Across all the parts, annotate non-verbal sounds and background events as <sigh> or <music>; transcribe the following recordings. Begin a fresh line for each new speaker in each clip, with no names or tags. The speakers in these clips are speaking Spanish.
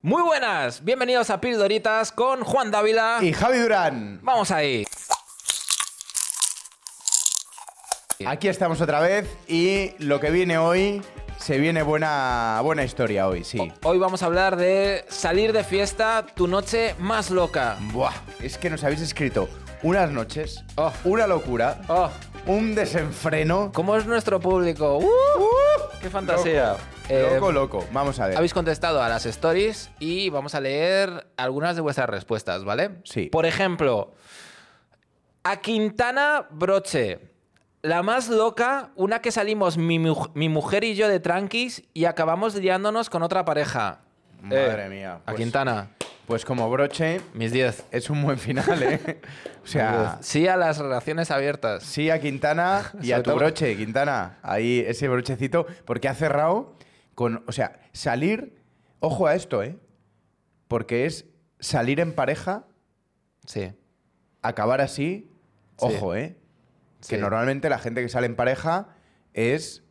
Muy buenas, bienvenidos a Pildoritas con Juan Dávila.
Y Javi Durán.
Vamos ahí.
Aquí estamos otra vez y lo que viene hoy se viene buena, buena historia hoy, sí.
Hoy vamos a hablar de salir de fiesta, tu noche más loca.
Buah, es que nos habéis escrito unas noches,
Oh.
una locura,
Oh,
un desenfreno.
¿cómo es nuestro público? ¡Uh! ¡Qué fantasía!
Loco,
Eh,
loco, loco. Vamos a ver.
Habéis contestado a las stories y vamos a leer algunas de vuestras respuestas, ¿vale?
Sí.
Por ejemplo, a Quintana Broche. La más loca, una que salimos mi, mu- mi mujer y yo de tranquis y acabamos liándonos con otra pareja.
Madre
Eh,
mía.
a
pues-
Quintana,
Pues como broche,
mis 10.
es un buen final, ¿eh? <laughs> o sea,
Sí a las relaciones abiertas.
Sí, a
<laughs>
Quintana y
Sobre
a tu
todo-
broche, Quintana. Ahí, ese brochecito, porque ha cerrado con. O sea, salir. Ojo a esto, ¿eh? Porque es salir en pareja,
Sí.
acabar así. Ojo, ¿eh? Que
sí.
normalmente la gente que sale en pareja es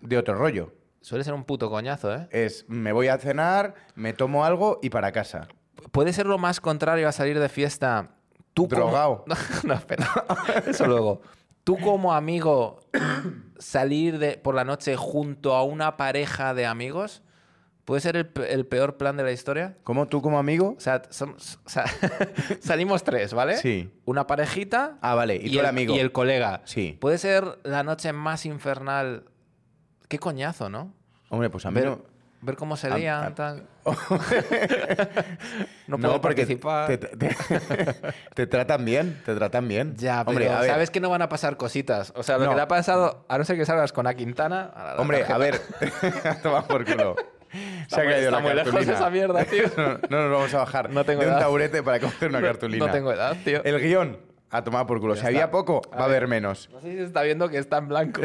de otro rollo.
Suele ser un puto coñazo, ¿eh?
Es me voy a cenar, me tomo algo y para casa.
Puede ser lo más contrario a salir de fiesta. Tú como-
Drogao.
No, <laughs> no, espera. Eso luego. Tú como amigo salir de, por la noche junto a una pareja de amigos puede ser el, pe- el peor plan de la historia.
¿Cómo tú como amigo?
O sea, som- o sea, <laughs> salimos tres, ¿vale?
Sí.
Una parejita.
Ah, vale, y tú el amigo.
Y el colega.
Sí.
Puede ser la noche más infernal. Qué coñazo, ¿no?
Hombre, pues a mí
Ver,
no-
ver cómo se
a-
lían,
a- <laughs>
tal. no puedo
porque
participar.
Te, te- <laughs> te tratan bien, te tratan bien.
Ya, pero
Hombre, a ver,
sabes que no van a pasar cositas. O sea, lo
No.
que le ha pasado, a no ser que salgas con A Quintana. a la- la
Hombre,
tarjeta.
a ver, <laughs> toma por culo.
Está muy- está muy lejos esa
<laughs>
mierda, tío.
No, no nos vamos a bajar
No tengo
de un
edad.
taburete para coger
<laughs>
una
No-
cartulina.
No tengo edad, tío.
El guión, a tomar por culo.
Ya
si había
está.
poco,
A
va a
ver.
haber menos.
No sé si se está viendo que está en blanco.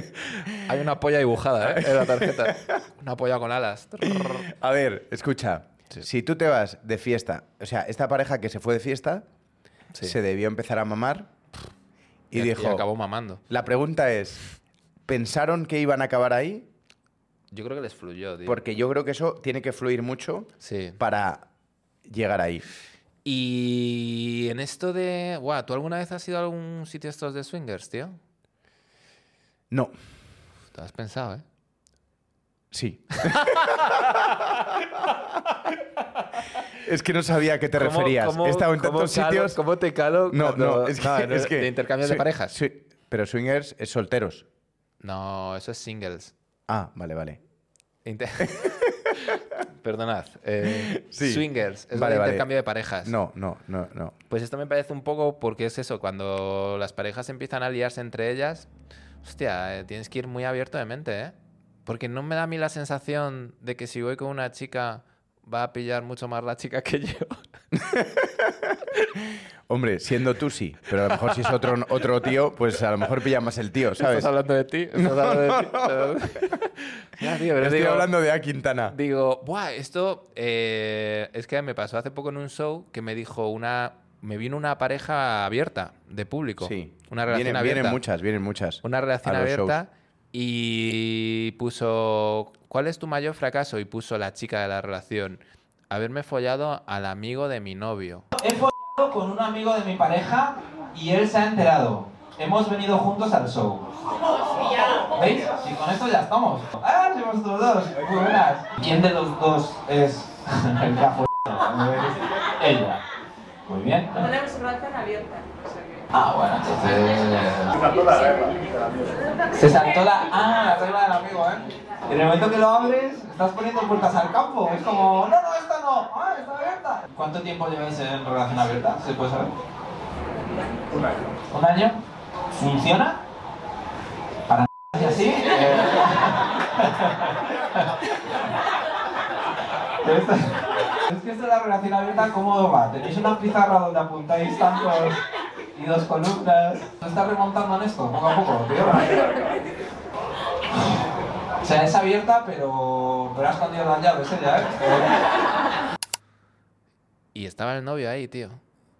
<laughs> Hay una polla dibujada, ¿eh? En la
<laughs>
tarjeta. Una polla con alas.
A ver, escucha. Si tú te vas de fiesta, o sea, esta pareja que se fue de fiesta
Sí.
se debió empezar a mamar y, dijo...
acabó mamando.
La pregunta es, ¿pensaron que iban a acabar ahí?
Yo creo que les fluyó, tío.
Porque yo creo que eso tiene que fluir mucho
Sí.
para llegar ahí.
Y en esto de. Guau, ¿tú alguna vez has ido a algún sitio estos de swingers, tío?
No,
Te lo has pensado, ¿eh?
sí. es que no sabía a qué te
¿Cómo-
referías.
cómo-
He estado en
cómo
tantos
calo-
sitios.
¿Cómo te calo?
No,
cuando- <laughs>
no, es que, <laughs> es que-
¿De intercambios de
sí,
parejas?
sí, pero swingers es solteros.
No, eso es singles.
Ah, vale, vale. <laughs>
Inte- <laughs> Perdonad. eh,
Sí.
Swingers, es
Vale,
el
vale.
intercambio de parejas.
No, no, no, no.
Pues esto me parece un poco porque es eso, cuando las parejas empiezan a liarse entre ellas, hostia, eh, tienes que ir muy abierto de mente, ¿eh? Porque no me da a mí la sensación de que si voy con una chica va a pillar mucho más la chica que yo. <laughs>
Hombre, siendo tú sí, pero a lo mejor si es otro, otro tío, pues a lo mejor pilla más el tío, ¿sabes?
Estás hablando de ti. Estás hablando de <laughs> ti. Ya, tío, pero
Estoy
digo-
hablando de A Quintana.
Digo, Buah, esto eh, es que me pasó hace poco en un show que me dijo una. Me vino una pareja abierta de público.
Sí.
Una relación
vienen,
abierta.
vienen muchas, vienen muchas.
Una relación
a los
abierta. Y puso. ¿Cuál es tu mayor fracaso? Y puso la chica de la relación. Haberme follado al amigo de mi novio.
He follado con un amigo de mi pareja y él se ha enterado. Hemos venido juntos al show. ¿Veis? Y con esto ya estamos. ¡Ah, sí, vosotros dos! Muy buenas. ¿Quién de los dos es <laughs> el que ha follado? <laughs> Ella. Muy bien.
Con la observación abierta. o sea que-
Ah, bueno, entonces... Se saltó la... Ah, la regla del amigo, ¿eh? En el momento que lo abres, estás poniendo puertas al campo. Es como, no, no, esta no. Ah, está abierta. ¿Cuánto tiempo lleváis en relación abierta? ¿Se puede saber? Un año. ¿Un año? ¿Funciona? ¿Para y <laughs> así? Eh. Esto- Es que esto de la relación abierta, ¿cómo va? Tenéis una pizarra donde apuntáis tantos y dos columnas. ¿No estás remontando en esto? Poco a poco, tío. O sea, es abierta, pero, pero has escondido las llaves, ¿eh? Ya, ¿eh?
Y estaba el novio ahí, tío.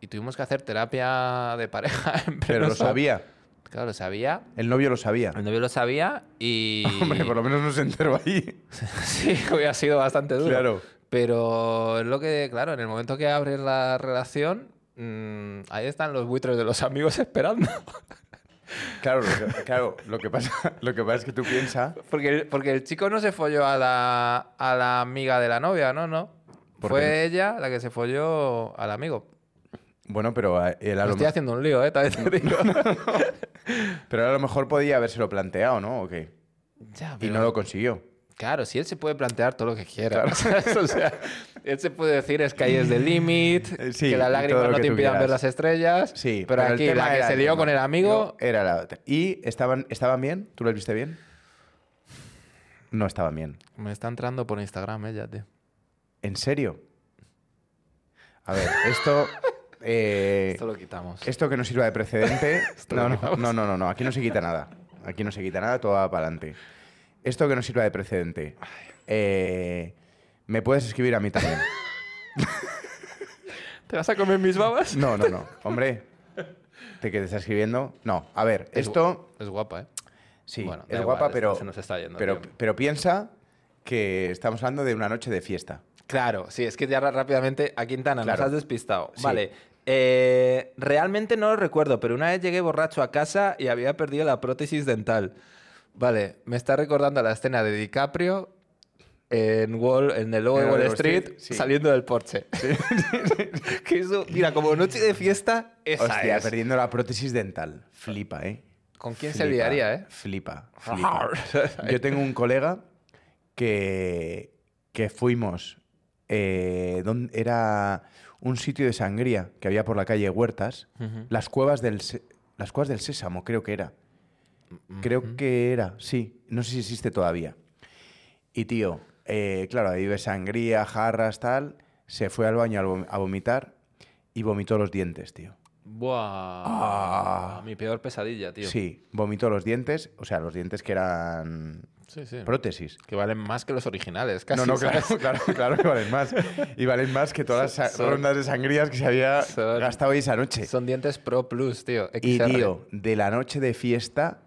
Y tuvimos que hacer terapia de pareja. <laughs> en
Pero
pleno
lo
show.
sabía.
Claro, lo sabía.
El novio lo sabía.
El novio lo sabía y. <laughs>
Hombre, por lo menos no se enteró ahí.
Sí, hubiera sido bastante duro.
Claro.
Pero es lo que, claro, en el momento que abres la relación, mm, ahí están los buitres de los amigos <laughs> esperando.
Claro, lo que, claro, lo que pasa, <laughs> lo que pasa es que tú piensas.
Porque el, porque el chico no se folló a la, a la amiga de la novia, ¿no? No.
¿Por
Fue
qué?
ella la que se folló al amigo.
Bueno, pero a- él a
Me
lo,
estoy haciendo un lío, ¿eh? También te
<laughs>
digo.
pero él a lo mejor podía habérselo planteado, ¿no? ¿O qué?
Ya,
Y
Ah, pero-
no lo consiguió.
Claro, si él se puede plantear todo lo que quiera. ¿sabes? <laughs> O sea, él se puede decir es que ahí es the limit,
Eh, sí,
que las
y todo
lágrimas
lo
no
que
te
tú
impidan ver
quieras.
las estrellas.
Sí,
pero,
el
aquí
tema
la que
era
se lió
tema.
con el amigo.
No, Era la otra. ¿Y estaban, estaban bien? ¿Tú los viste bien? No estaban bien.
Me está entrando por Instagram ella,
eh,
tío.
¿En serio? A ver,
<laughs>
esto. eh,
Esto lo quitamos.
esto que nos sirva de precedente.
<laughs> Esto
no,
lo
no,
quitamos.
no, no, no, no, Aquí no se quita nada. Aquí no se quita nada, todo va para adelante. Esto que nos sirva de precedente. eh, me puedes escribir a mí también.
<laughs> ¿Te vas a comer mis babas?
No, no, no. Hombre, ¿te quedes escribiendo? No, a ver,
Es gu-
esto.
Es guapa, ¿eh?
Sí,
Bueno, da
es
igual,
guapa,
esto
pero,
se nos está yendo,
pero,
tío.
pero piensa que estamos hablando de una noche de fiesta.
Claro, sí, es que ya ra- rápidamente a Quintana
Claro.
nos has despistado.
Sí.
Vale. eh, realmente no lo recuerdo, pero una vez llegué borracho a casa y había perdido la prótesis dental. Vale, me está recordando la escena de DiCaprio en, Wall, en el logo
En
de
el
Wall
Wall Street,
Street,
sí.
saliendo del porche. <laughs> Que eso- mira, como noche de fiesta, esa
Hostia,
es.
perdiendo la prótesis dental. Flipa, ¿eh?
¿Con quién se
Flipa,
liaría, eh?
Flipa, flipa. <laughs> Yo tengo un colega que, que fuimos. eh, don- era un sitio de sangría que había por la calle Huertas.
Ujú.
Las cuevas del sé- las cuevas del Sésamo, creo que era. Creo que era, sí. No sé si existe todavía. Y tío, eh, claro, ahí ve sangría, jarras, tal. Se fue al baño a vom- a vomitar y vomitó los dientes, tío.
Buah.
Ah.
Mi peor pesadilla, tío.
Sí, vomitó los dientes, o sea, los dientes que eran
sí. sí.
prótesis.
Que valen más que los originales, casi.
no, no,
¿sabes?
claro, claro, claro que valen más. Y valen más que todas las
Son-
rondas de sangrías que se había
son-
gastado ahí esa noche.
Son dientes Pro Plus, tío.
Este. Y
XR.
tío, de la noche de fiesta,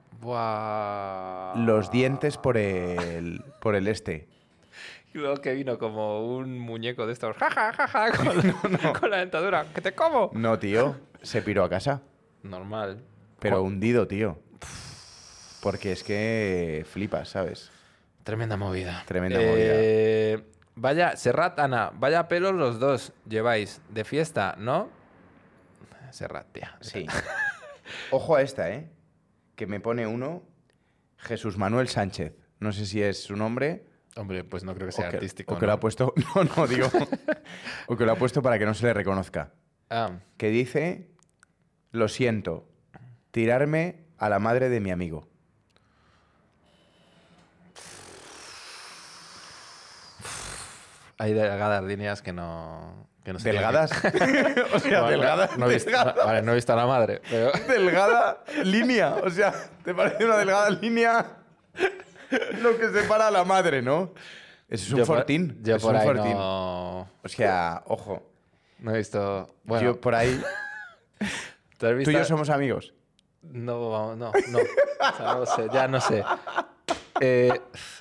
Buah.
los dientes por el, por el este.
Y luego que vino como un muñeco de estos. Ja, ja, ja, ja, <laughs> con,
<laughs>
con la dentadura. ¡Que te como!
No, tío, se piró a casa,
Normal.
pero
Cu-
hundido, tío. Porque es que flipas, ¿sabes?
Tremenda movida.
Tremenda
movida. Vaya, Serrat, Ana, vaya pelos los dos lleváis de fiesta, ¿no? Serrat, tía. Eh,
Sí. <laughs> Ojo a esta, ¿eh? Que me pone uno, Jesús Manuel Sánchez. No sé si es su nombre.
Hombre, pues no creo que
o
sea
que-
artístico.
O que
¿no?
lo ha puesto. <laughs> No, no, digo. o que lo ha puesto para que no se le reconozca.
Ah,
Que dice: Lo siento, tirarme a la madre de mi amigo.
hay delgadas líneas que no. Que no se tienen que-
¿Delgadas? <laughs> o sea,
Bueno,
delgada.
<laughs> No he visto,
delgada.
vale, no he visto a la madre, pero.
delgada línea. O sea, ¿te parece una delgada línea? <laughs> Lo que separa a la madre, ¿no? Eso es un
yo por-
fortín.
Yo
es
por
un
ahí
fortín.
no,
O sea, ojo.
no he visto. Bueno,
Yo
<laughs>
por ahí.
¿te has
Tú
visto?
y yo somos amigos.
No, vamos, no, no. O sea, no sé, ya no sé. Eh,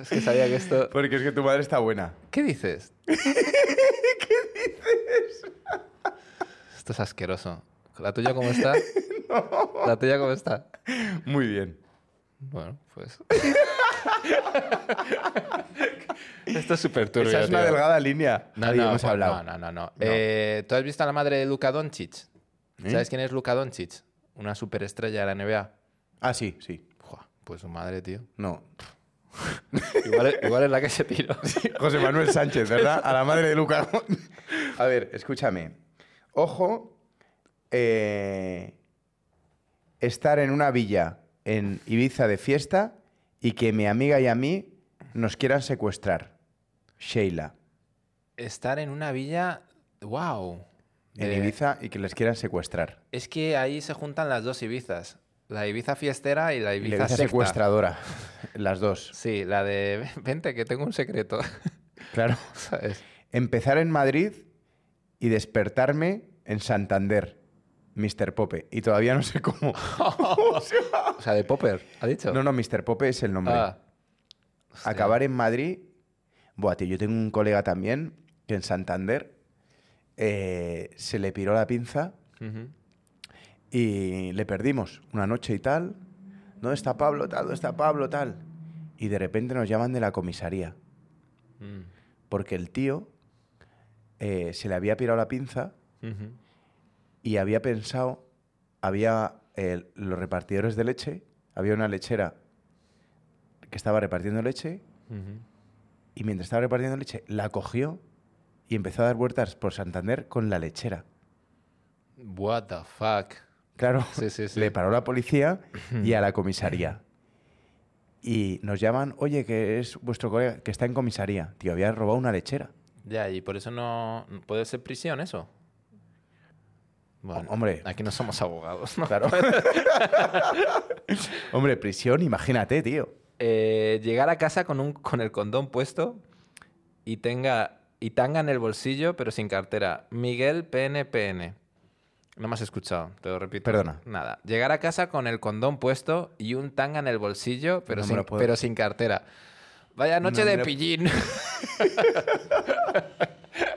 es que sabía que esto.
Porque es que tu madre está buena.
¿Qué
<laughs>
dices? ¿Qué dices? Esto es asqueroso. ¿La tuya cómo
<laughs>
está? ¿La tuya cómo está?
Muy bien.
Bueno, pues. esto es súper turbio.
Esa es una
tío.
delgada línea.
No,
Nadie
no,
hemos
pues,
hablado.
No, no, no. no. Eh, ¿Tú has visto a la madre de Luka Doncic?
¿Eh?
¿Sabes quién es Luka Doncic? Una superestrella de la NBA.
Ah, sí, sí.
Jua, pues su madre, tío.
No. <laughs>
Igual, igual es la que se tiró.
José Manuel Sánchez, ¿verdad? A la madre de Luca. <laughs> A ver, escúchame. Ojo, eh, estar en una villa en Ibiza de fiesta y que mi amiga y a mí nos quieran secuestrar. Sheila.
<laughs> Estar en una villa. ¡Wow!
En Ibiza y que les quieran secuestrar.
Es que ahí se juntan las dos Ibizas. La Ibiza fiestera y la
Y
Ibiza,
la Ibiza
secta.
secuestradora. Las dos.
Sí, la de. <laughs> Vente, que tengo un secreto. <laughs>
Claro.
¿Sabes?
Empezar en Madrid y despertarme en Santander, Mr. Pope. Y todavía no sé cómo.
O sea, de Popper, ¿ha dicho?
No, no, Mr. Pope es el nombre.
Ah. Hostia.
Acabar en Madrid. Buah, tío, yo tengo un colega también que en Santander eh, se le piró la pinza
Ujú.
y le perdimos una noche y tal. ¿Dónde está Pablo? Tal, ¿dónde está Pablo? Tal. Y de repente nos llaman de la comisaría.
Mm.
Porque el tío eh, se le había pirado la pinza
Ujú.
y había pensado, había eh, los repartidores de leche, había una lechera que estaba repartiendo leche
Ujú.
y mientras estaba repartiendo leche la cogió y empezó a dar vueltas por Santander con la lechera.
What the fuck.
Claro,
Sí, sí, sí.
le paró la policía y a la comisaría. Y nos llaman, oye, que es vuestro colega, que está en comisaría. Tío, había robado una lechera.
Ya, y por eso no. ¿Puede ser prisión eso?
hombre.
Aquí no somos abogados, ¿no?
Hombre, prisión, imagínate, tío.
<laughs> Eh, llegar a casa con, un, con el condón puesto y tenga. Y tanga en el bolsillo, pero sin cartera. Miguel PNPN. No me has escuchado, te lo repito.
Perdona.
Nada. Llegar a casa con el condón puesto y un tanga en el bolsillo, pero,
No me
sin,
lo puedo-
pero sin cartera. Vaya noche
No me
de
lo- <laughs>
pillín. <laughs>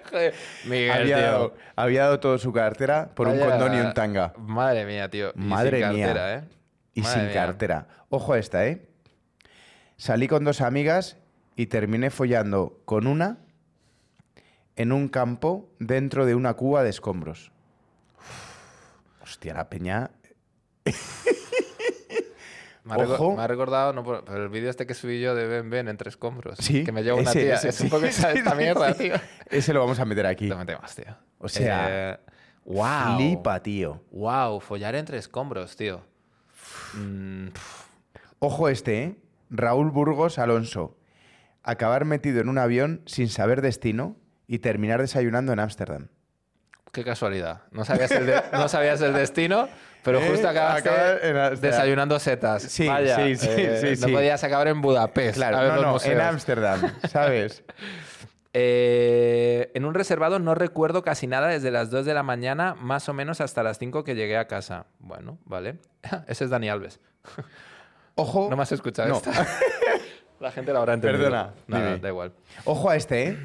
Joder, Miguel,
Había
tío.
dado, había dado todo su cartera por un
Vaya-
condón y un tanga.
Madre mía, tío. Y
Madre
sin
mía.
cartera, ¿eh?
Y
Madre
sin
mía.
cartera. Ojo a esta, ¿eh? Salí con dos amigas y terminé follando con una en un campo dentro de una cuba de escombros. Hostia, la peña.
Me ha, recor-
Ojo.
me ha recordado no, por- por el vídeo este que subí yo de Ben Ben entre escombros.
Sí.
Que me lleva una
ese,
tía.
ese,
es
sí,
un poco esa,
<laughs> sí,
esta
sí,
mierda,
sí.
tío.
Ese lo vamos a meter aquí.
No me temas, tío.
O sea,
Eh, wow.
Flipa, tío.
Wow, follar entre escombros, tío. Mm, pf,
Ojo este, ¿eh? Raúl Burgos Alonso. Acabar metido en un avión sin saber destino y terminar desayunando en Ámsterdam.
qué casualidad. No sabías el, de- no sabías el destino, pero
<laughs> Eh,
justo acabaste
acabar en Ámsterdam.
desayunando setas.
Sí,
Vaya, eh,
sí, sí, sí,
No
sí.
podías acabar en Budapest. a ver
Claro, no,
los
no, en
museos.
Ámsterdam,
<laughs>
¿sabes?
Eh, en un reservado no recuerdo casi nada desde las 2 de la mañana, más o menos hasta las 5 que llegué a casa. Bueno, vale. <laughs> Ese es Dani Alves.
Ojo,
No me has escuchado
No.
esta. <laughs> La gente la habrá entendido.
Perdona,
Nada,
dime.
da igual.
ojo a este, ¿eh?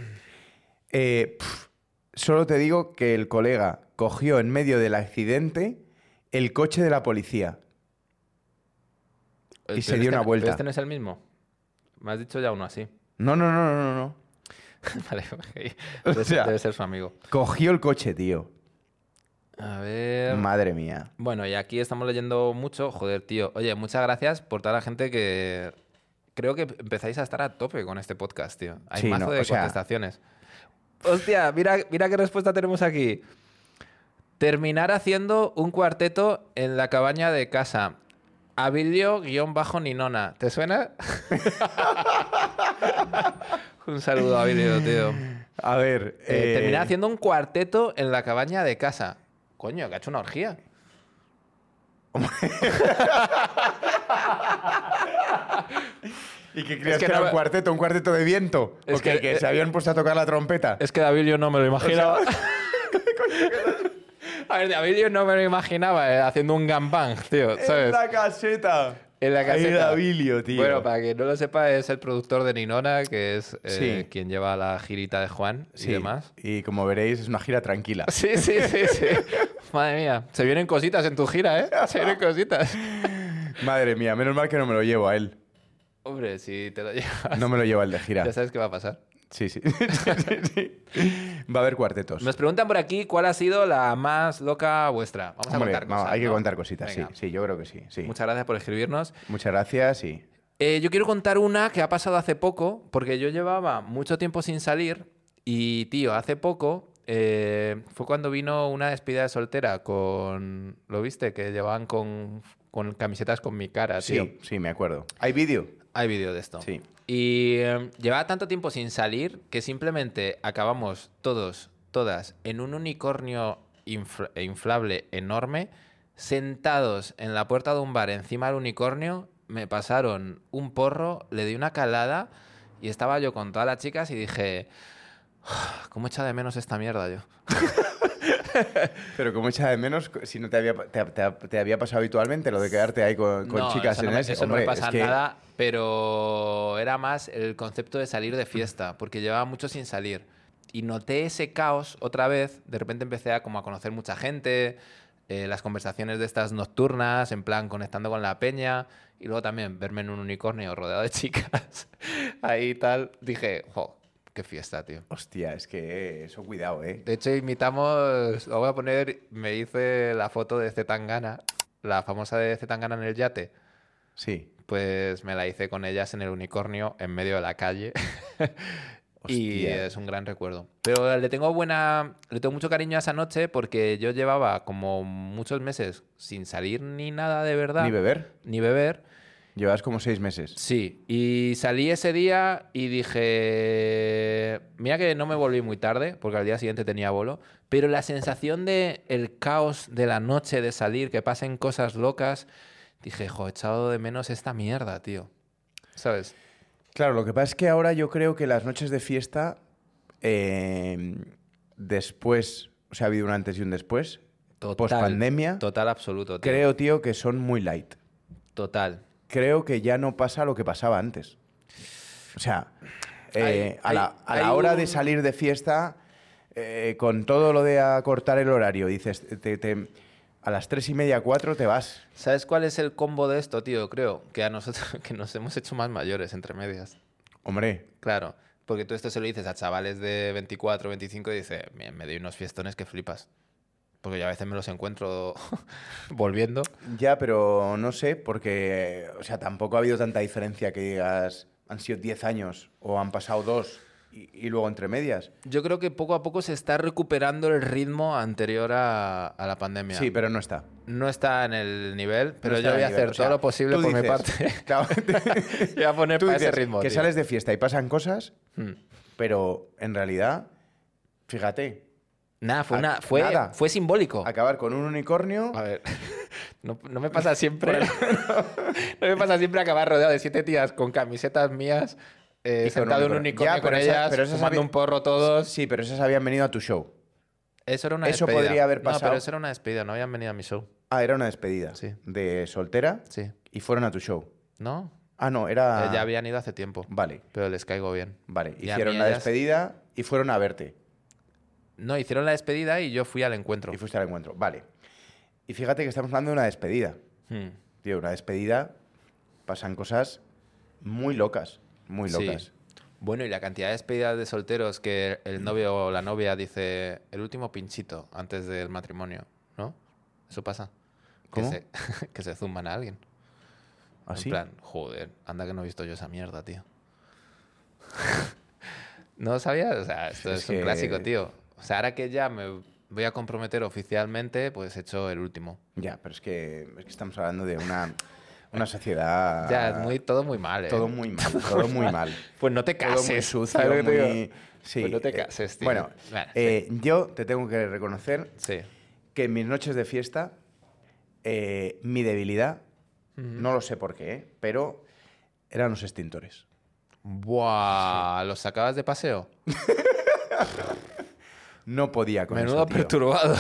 Eh, pf, solo te digo que el colega cogió en medio del accidente el coche de la policía.
Pero
se dio
este-
una vuelta.
pero Este no es el mismo. Me has dicho ya uno así. <laughs>
No, no, no, no, no, no.
vale, ok.
<laughs> O
Debe, ser-
sea.
debe ser su amigo.
Cogió el coche, tío.
A ver.
Madre mía.
Bueno, y aquí estamos leyendo mucho. Joder, tío. Oye, muchas gracias por toda la gente que. Creo que empezáis a estar a tope con este podcast, tío. Hay
Sí,
mazo
no,
de
o sea-
contestaciones. Hostia, mira, mira qué respuesta tenemos aquí. Terminar haciendo un cuarteto en la cabaña de casa. Abilio-Ninona. ¿Te suena? <laughs> un saludo, Abilio, tío.
A ver,
Eh,
eh,
Terminar haciendo un cuarteto en la cabaña de casa. Coño, que ha hecho una orgía.
¿Y qué creías
Es que
que, era
no
un
me-
cuarteto? ¿Un cuarteto de viento?
Es
¿O que,
que- eh,
que se habían puesto a tocar la trompeta?
Es que David yo no me lo imaginaba. <laughs> A ver, David yo no me lo imaginaba eh, haciendo un gangbang, tío, eh, ¿sabes?
caseta!
En la caseta.
Ahí era Bilio, tío.
Bueno, para que no lo sepa, es el productor de Ninona, que es eh,
Sí.
quien lleva la girita de Juan y demás.
Y como veréis, es una gira
<laughs>
tranquila.
Sí, sí, sí, <laughs> sí. Madre mía, se vienen cositas en tu gira, ¿eh? Se vienen cositas.
Madre mía, menos mal que no me lo llevo a él.
Hombre, si te lo llevas,
No me lo llevo al de
ya
gira.
sabes qué va a pasar.
Sí, sí. <laughs> Sí, sí, sí. Va a haber cuartetos.
Nos preguntan por aquí cuál ha sido la más loca vuestra. Vamos
Hombre,
a contar
no,
cosas,
hay que
¿no?
contar cositas, sí.
Venga.
Sí, yo creo que sí. sí.
Muchas gracias por escribirnos.
Muchas gracias y...
Eh, yo quiero contar una que ha pasado hace poco, porque yo llevaba mucho tiempo sin salir y, tío, hace poco eh, fue cuando vino una despedida de soltera con... ¿Lo viste? Que llevaban con, con camisetas con mi cara, tío.
Sí, sí, me acuerdo. ¿Hay vídeo?
Hay vídeo de esto.
Sí.
Y eh, llevaba tanto tiempo sin salir que simplemente acabamos todos, todas, en un unicornio infla- e inflable enorme, sentados en la puerta de un bar encima del unicornio, me pasaron un porro, le di una calada y estaba yo con todas las chicas y dije, "Ah, ¿cómo echa de menos esta mierda yo?
Pero como echa de menos, si no te había, pa- te, te- te había pasado habitualmente lo de quedarte ahí con, con
No,
chicas
eso
en
no me-
ese...
eso no
Hombre,
me pasa
es que-
nada, pero era más el concepto de salir de fiesta, porque llevaba mucho sin salir. y noté ese caos otra vez. De repente empecé a, como a conocer mucha gente, eh, las conversaciones de estas nocturnas, en plan conectando con la peña. Y luego también verme en un unicornio rodeado de <laughs> chicas. Ahí tal. Dije, jo, qué fiesta, tío.
Hostia, es que eso cuidado, ¿eh?
De hecho, imitamos. Lo voy a poner. Me hice la foto de Zetangana, la famosa de Zetangana en el yate.
Sí.
Pues me la hice con ellas en el unicornio en medio de la calle. <laughs> Y
Hostia.
es un gran recuerdo. Pero le tengo buena. Le tengo mucho cariño a esa noche porque yo llevaba como muchos meses sin salir ni nada de verdad.
Ni beber.
Ni beber.
Llevas como seis meses.
Sí. Y salí ese día y dije. Mira que no me volví muy tarde, porque al día siguiente tenía bolo. Pero la sensación de el caos de la noche, de salir, que pasen cosas locas. Dije, jo, he echado de menos esta mierda, tío. ¿Sabes?
Claro, lo que pasa es que ahora yo creo que las noches de fiesta, eh, después, o sea, ha habido un antes y un después,
Total.
post-pandemia,
Total, absoluto. tío.
creo, tío, que son muy light.
Total.
Creo que ya no pasa lo que pasaba antes. O sea, eh,
Hay-
a la, a la
hay- hay
hora de
un-
salir de fiesta, eh, con todo lo de acortar el horario, dices, te- te- a las tres y media, cuatro te vas.
¿Sabes cuál es el combo de esto, tío? Creo que a nosotros <laughs> que nos hemos hecho más mayores entre medias.
Hombre,
Claro, porque tú esto se lo dices a chavales de 24, 25 y dices, "Me- me doy unos fiestones que flipas. Porque yo a veces me los encuentro <laughs> volviendo.
Ya, pero no sé, porque, o sea, tampoco ha habido tanta diferencia que digas, han sido 10 años o han pasado dos y, y luego entre medias.
Yo creo que poco a poco se está recuperando el ritmo anterior a, a la pandemia.
Sí, pero no está.
No está en el nivel, pero
No está
yo voy a
al nivel,
hacer
o sea,
todo lo posible
tú
por mi
dices-
parte. <laughs>
Claro,
voy a poner
tú
para ese
dices
ritmo.
que
tío.
sales de fiesta y pasan cosas,
Mm.
pero en realidad,
Ah,
fíjate,
Nada, fue,
A-
una, fue,
nada.
fue simbólico.
acabar con un unicornio,
A ver, <laughs> no, no me pasa siempre. <laughs> no me pasa siempre acabar rodeado de siete tías con camisetas mías, eh,
Y con
sentado en un
unicornio.
unicornio
Ya,
con
pero esa-
ellas,
pero esa
fumando
sabi-
un porro todos.
sí, pero esas habían venido a tu show.
Eso era una
Eso
despedida.
podría haber
No,
pasado.
pero eso era una despedida, no habían venido a mi show.
Ah, era una despedida
Sí.
de soltera
Sí.
y fueron a tu show.
¿No?
Ah, no,
Eh,
era...
ya habían ido hace tiempo,
Vale,
pero les caigo bien.
vale.
Y a
Hicieron
mí
la
ellas-
despedida y fueron a verte.
No, hicieron la despedida y yo fui al encuentro.
Y fuiste al encuentro. Vale. Y fíjate que estamos hablando de una despedida.
Hmm.
Tío, una despedida pasan cosas muy locas. Muy
Sí.
locas.
Bueno, y la cantidad de despedidas de solteros que
Mm.
el novio o la novia dice el último pinchito antes del matrimonio, ¿no? Eso pasa.
¿Cómo?
Que
¿Ah,
se, <laughs> que se zumban a alguien.
¿Así?
En plan, joder, anda que no he visto yo esa mierda, tío. <laughs> no sabía, o sea, esto es,
Es
un
que-
clásico, tío. O sea, ahora que ya me voy a comprometer oficialmente, pues he hecho el último.
Ya, pero es que, es que estamos hablando de una, una sociedad...
<laughs> ya, es muy, todo muy mal, ¿eh?
Ah, Todo muy mal, todo muy
<laughs>
mal.
Pues no te
Todo
cases.
muy sucio,
¿sabes lo que te digo?
muy- Sí,
Pues no te
eh,
cases, tío.
Bueno,
Vale,
eh, yo te tengo que reconocer
Sí.
que en mis noches de fiesta, eh, mi debilidad,
Ujú.
no lo sé por qué, ¿eh? pero eran los extintores.
Buah, ¿los sacabas de paseo?
No podía con
Menudo
eso,
<laughs>
tío.
perturbado.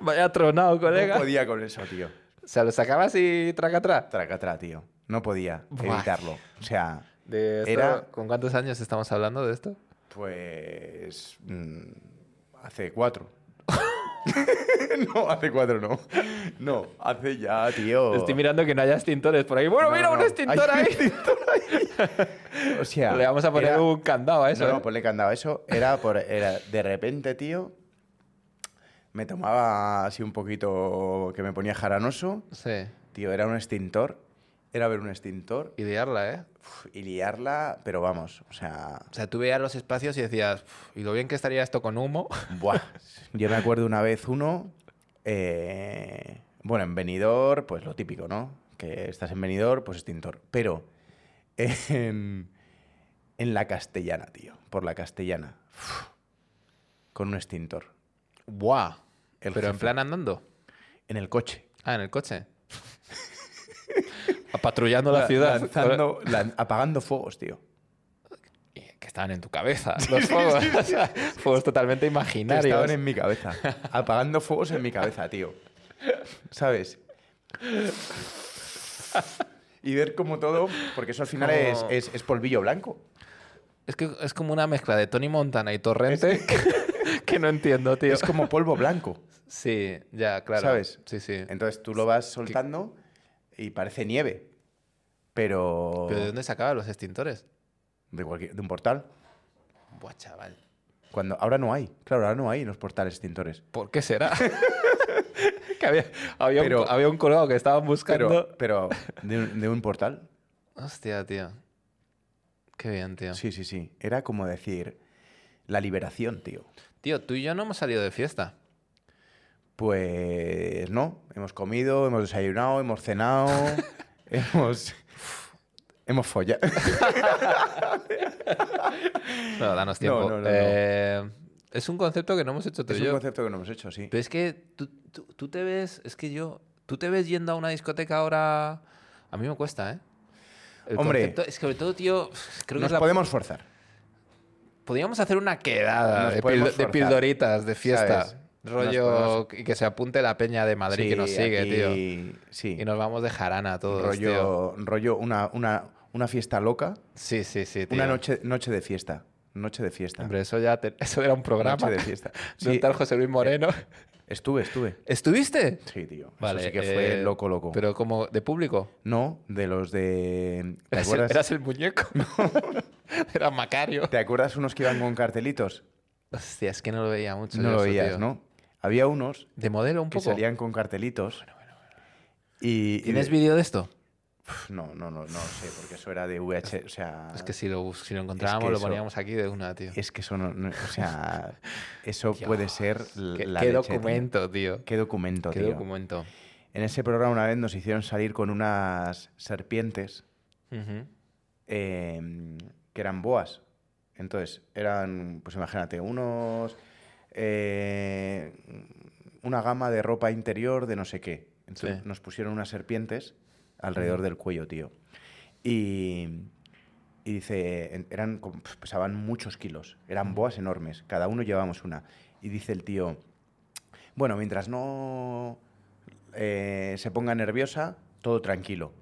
Vaya tronado, colega.
No podía con eso, tío.
O sea, ¿los sacabas y traca atrás?
Tracatra, tío. No podía
Buah.
evitarlo. O sea,
De esto-
Era-
¿Con cuántos años estamos hablando de esto?
pues. mm, hace cuatro. <laughs> no, hace cuatro no. No, hace ya, tío.
Estoy mirando que no haya extintores por ahí. Bueno,
No,
mira,
no,
un
no.
extintor
Hay
<laughs>
un
ahí.
extintor ahí. o sea.
Le vamos a poner
era-
un candado a eso.
No,
¿eh?
no, ponle candado a eso. Era por. Era, de repente, tío. Me tomaba así un poquito que me ponía jaranoso.
Sí.
Tío, era un extintor. Era ver un extintor.
Idearla, ¿eh?
Uf, y liarla, pero vamos, o sea,
O sea, tú veías los espacios y decías, "Uf, ¿y lo bien que estaría esto con humo?
buah. Yo me acuerdo una vez uno, eh, bueno, en venidor, pues lo típico, ¿no? Que estás en venidor, pues extintor. Pero en, en la castellana, tío, por la castellana, uf, con un extintor.
<laughs> Buah.
El
Pero en
jefe.
plan andando.
En el coche.
Ah, en el coche. <laughs> Patrullando la,
La-
ciudad.
lanzando- lan- apagando fuegos, tío.
Y que estaban en tu
<laughs>
cabeza. Los fuegos. o sea, fuegos totalmente
Que
imaginarios.
estaban en mi cabeza. Apagando fuegos en mi cabeza, tío. ¿Sabes? Y ver como todo, porque eso al final
Como-
es, es- es polvillo blanco.
Es que es como una mezcla de Tony Montana y Torrente <laughs> que... no entiendo, tío.
Es como polvo blanco.
<laughs> Sí, ya, claro.
¿Sabes?
Sí, sí.
Entonces tú lo vas soltando y parece nieve. Pero.
¿Pero de dónde sacaban los extintores?
De, cualquier- de un portal.
Buah, chaval.
Cuando, ahora no hay. Claro, ahora no hay en los portales extintores.
¿Por qué
<laughs>
será? que había, había, un,
Pero-
había un colgado que estaban buscando.
Pero, pero de, un, de
<laughs>
un portal.
Hostia, tío. Qué bien, tío.
Sí, sí, sí. Era como decir la liberación, tío.
Tío, tú y yo no hemos salido de fiesta.
Pues no. Hemos comido, hemos desayunado,
<laughs>
hemos cenado, hemos. Hemos follado.
No, danos tiempo.
no, no, no.
Eh, Es un concepto que no hemos hecho tú
es
y
un
yo.
concepto que no hemos hecho, sí.
Pero es que tú, tú- tú te ves, es que yo, tú te ves yendo a una discoteca ahora. A mí me cuesta, ¿eh? El
Hombre.
concepto- es que sobre todo, tío, creo que
Nos
es la-
podemos forzar.
podríamos hacer una quedada
Nos
de,
podemos
pildo- de
forzar,
pildoritas, de fiesta.
¿sabes?
Rollo
Nos podemos-
que que se apunte la peña de Madrid que nos sigue, tío.
tío. Sí.
Y nos vamos de jarana todos, tío.
rollo, rollo una, una, una fiesta loca.
Sí, sí, sí, tío.
Una noche, noche de fiesta. Noche de fiesta.
Hombre, eso ya te- eso era un programa.
noche de
<laughs> De
fiesta. Sí,
estar José Luis
<laughs>
Moreno.
estuve, estuve.
¿Estuviste?
Sí, tío.
Vale.
Eso sí que fue
eh,
loco, loco.
Pero como de público.
No, de los de...
<laughs>
¿Te
Eras el,
acuerdas,
eras el
<laughs>
muñeco. <laughs> Era Macario.
¿Te acuerdas unos que iban con cartelitos?
Hostia, es que no lo veía mucho.
No
yo
lo
eso,
veías,
tío.
¿no? Había unos
De modelo un
que
poco.
salían con cartelitos. Y, y
¿Tienes
de-
vídeo de esto?
Pf, No, no, no, no sé, porque eso era de VH, o sea...
Es que si lo, bus- si lo encontrábamos, lo
Ah. eso-
poníamos aquí de una, tío.
Es que eso no, no- o
<laughs>
sea, eso puede ser
¿Qué,
la
qué
leche, tío.
documento, tío?
Qué documento,
¿Qué
tío.
documento?
En ese programa una vez nos hicieron salir con unas serpientes
Ujú.
eh, que eran boas. Entonces, eran, pues imagínate, unos. eh, una gama de ropa interior de no sé qué. Entonces,
Sí.
nos pusieron unas serpientes alrededor del cuello, tío. Y. y dice, en- eran, como- pf, pesaban muchos kilos, eran boas enormes, cada uno llevábamos una. Y dice el tío, bueno, mientras no eh, se ponga nerviosa, todo tranquilo.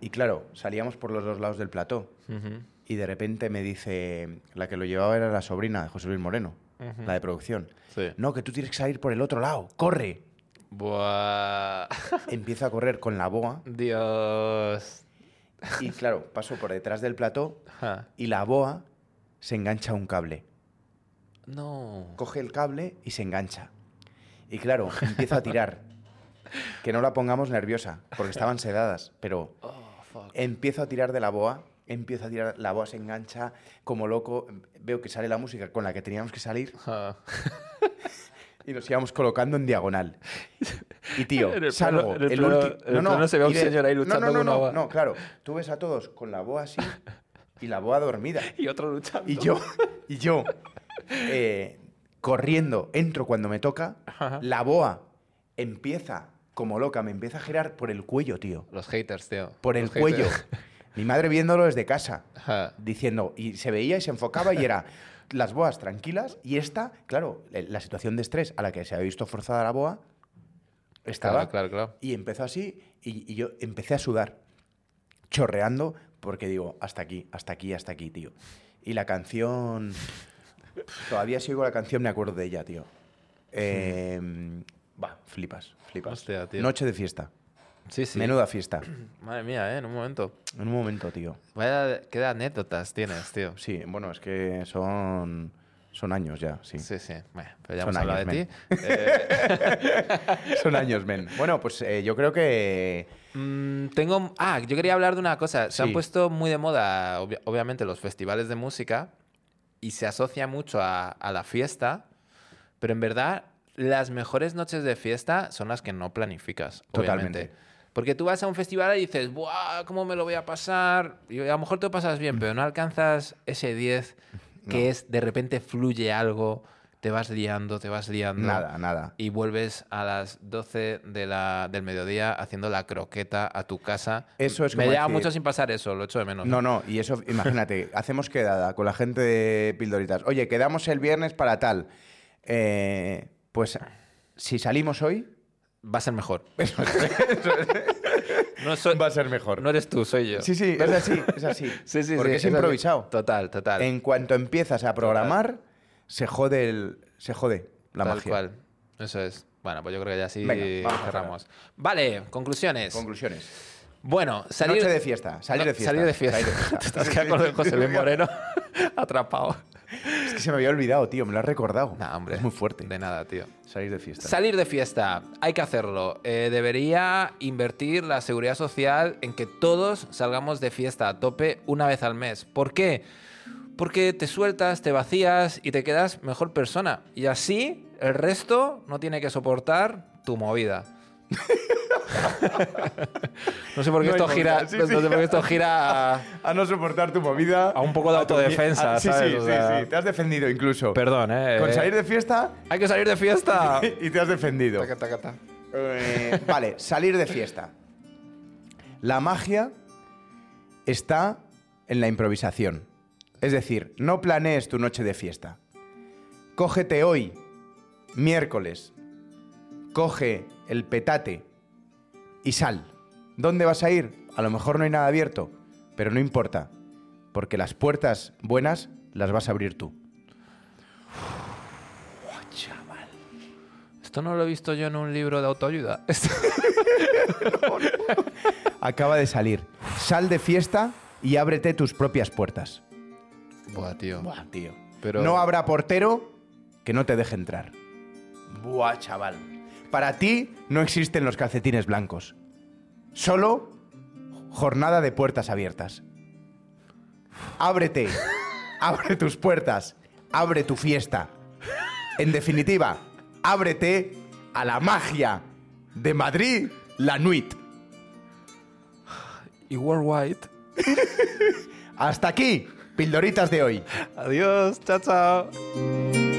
Y claro, salíamos por los dos lados del plató.
Ujú.
Y de repente me dice, la que lo llevaba era la sobrina de José Luis Moreno,
Ujú.
la de producción.
Sí.
No, que tú tienes que salir por el otro lado, corre.
Buah. <laughs>
Empiezo a correr con la boa
Dios.
y claro, paso por detrás del plató
Ja.
y la boa se engancha a un cable.
No.
Coge el cable y se engancha. Y claro, empiezo a tirar. Que no la pongamos nerviosa, porque estaban sedadas, pero
Oh, fuck.
Empiezo a tirar de la boa, empiezo a tirar, la boa se engancha como loco, veo que sale la música con la que teníamos que salir
Ja.
y nos íbamos colocando en diagonal. Y tío,
En el
salgo,
plano- en el
el
plano-
ulti-
en el plano se ve a un
y
señor ahí
no,
luchando
no, no,
con una
no,
boa.
No, claro, tú ves a todos con la boa así y la boa dormida.
Y otro luchando.
<laughs> Y yo, y yo, eh, corriendo, entro cuando me toca,
Ajá.
la boa empieza como loca, me empieza a girar por el cuello, tío.
Los haters, tío.
Por el
Los haters.
cuello. Mi madre viéndolo desde casa
Ja.
diciendo, y se veía y se enfocaba y
<laughs>
era las boas tranquilas y esta, claro, le- la situación de estrés a la que se había visto forzada la boa, estaba
Claro, claro, claro.
y empezó así y, y yo empecé a sudar, chorreando, porque digo, hasta aquí, hasta aquí, hasta aquí, tío. Y la canción, todavía sigo la canción, me acuerdo de ella, tío. Eh, Va, flipas, flipas.
Hmm. Hostia, tío.
Noche de fiesta,
Sí, sí.
menuda fiesta,
Madre mía, ¿eh? En un momento.
en un momento, tío.
Vaya, qué de anécdotas tienes, tío.
Sí, bueno, es que son, son años ya, sí.
Sí, sí. Bueno, pero ya
Son
hemos hablado
años,
de
men.
ti. <laughs> Eh,
<laughs> Son años, men. Bueno, pues eh, yo creo que...
mm, tengo. Ah, yo quería hablar de una cosa. Se han
Sí.
puesto muy de moda, obvia- obviamente, los festivales de música y se asocia mucho a, a la fiesta, pero en verdad, las mejores noches de fiesta son las que no planificas. Totalmente.
Totalmente.
Porque tú vas a un festival y dices, ¡buah! ¿Cómo me lo voy a pasar? Y a lo mejor te lo pasas
Mm.
bien, pero no alcanzas ese 10 que es de repente fluye algo, te vas liando, te vas liando.
Nada, nada.
y vuelves a las 12 de la, del mediodía haciendo la croqueta a tu casa.
Eso es
Me
como
lleva
decir-
mucho sin pasar eso, lo echo de menos.
No, no, y eso, imagínate, hacemos quedada con la gente de Pildoritas. Oye, quedamos el viernes para tal. Eh, pues si salimos hoy,
Va a ser mejor. No, soy-
Va a ser mejor.
no eres tú, soy yo.
Sí, sí, es así, es así.
<laughs> Sí, sí,
Porque
sí,
es
eso sí.
improvisado.
Total, total.
En cuanto empiezas a programar, se jode el, se jode la
Tal
magia.
cual. Eso es. Bueno, pues yo creo que ya sí
Venga, vamos a
cerramos. Vale, conclusiones.
Conclusiones.
bueno, salir...
Noche de fiesta, salir de
No,
fiesta.
Salir de fiesta.
Salir de fiesta.
Te <laughs> estás quedando con lo de José
<laughs>
Luis Moreno <laughs> atrapado.
Es que se me había olvidado, tío, me lo has recordado.
Nah, hombre.
Es muy fuerte.
De nada, tío.
Salir de fiesta.
Salir de fiesta, hay que hacerlo. Eh, debería invertir la seguridad social en que todos salgamos de fiesta a tope una vez al mes. ¿Por qué? Porque te sueltas, te vacías y te quedas mejor persona. Y así el resto no tiene que soportar tu
<laughs>
movida. no sé por qué
No hay
esto
movida,
gira.
sí,
no sé
sí.
por qué esto gira.
<laughs>
a-
a no soportar tu movida.
A un poco de
a tu-
autodefensa,
a- sí,
¿sabes?
Sí,
O
sí,
sea-
sí, Te has defendido incluso.
Perdón, eh.
Con salir de fiesta
Hay que salir de
<laughs>
fiesta.
y te has defendido.
Taca, taca, taca.
Eh, vale, salir de fiesta. La magia está en la improvisación. Es decir, no planees tu noche de fiesta. Cógete hoy, miércoles, coge el petate y sal. ¿Dónde vas a ir? A lo mejor no hay nada abierto, pero no importa, porque las puertas buenas las vas a abrir tú.
Esto no lo he visto yo en un libro de autoayuda. <laughs> Esto-
Acaba de salir. Sal de fiesta y ábrete tus propias puertas.
Buah, tío.
Buah, tío.
Pero-
No habrá portero que no te deje entrar. Buah, chaval. Para ti no existen los calcetines blancos. Solo jornada de puertas abiertas. <laughs> Ábrete. abre tus puertas. Abre tu fiesta. En definitiva, ábrete a la magia de Madrid, la Nuit.
Y Worldwide.
Hasta aquí, pildoritas de hoy.
Adiós, chao, chao.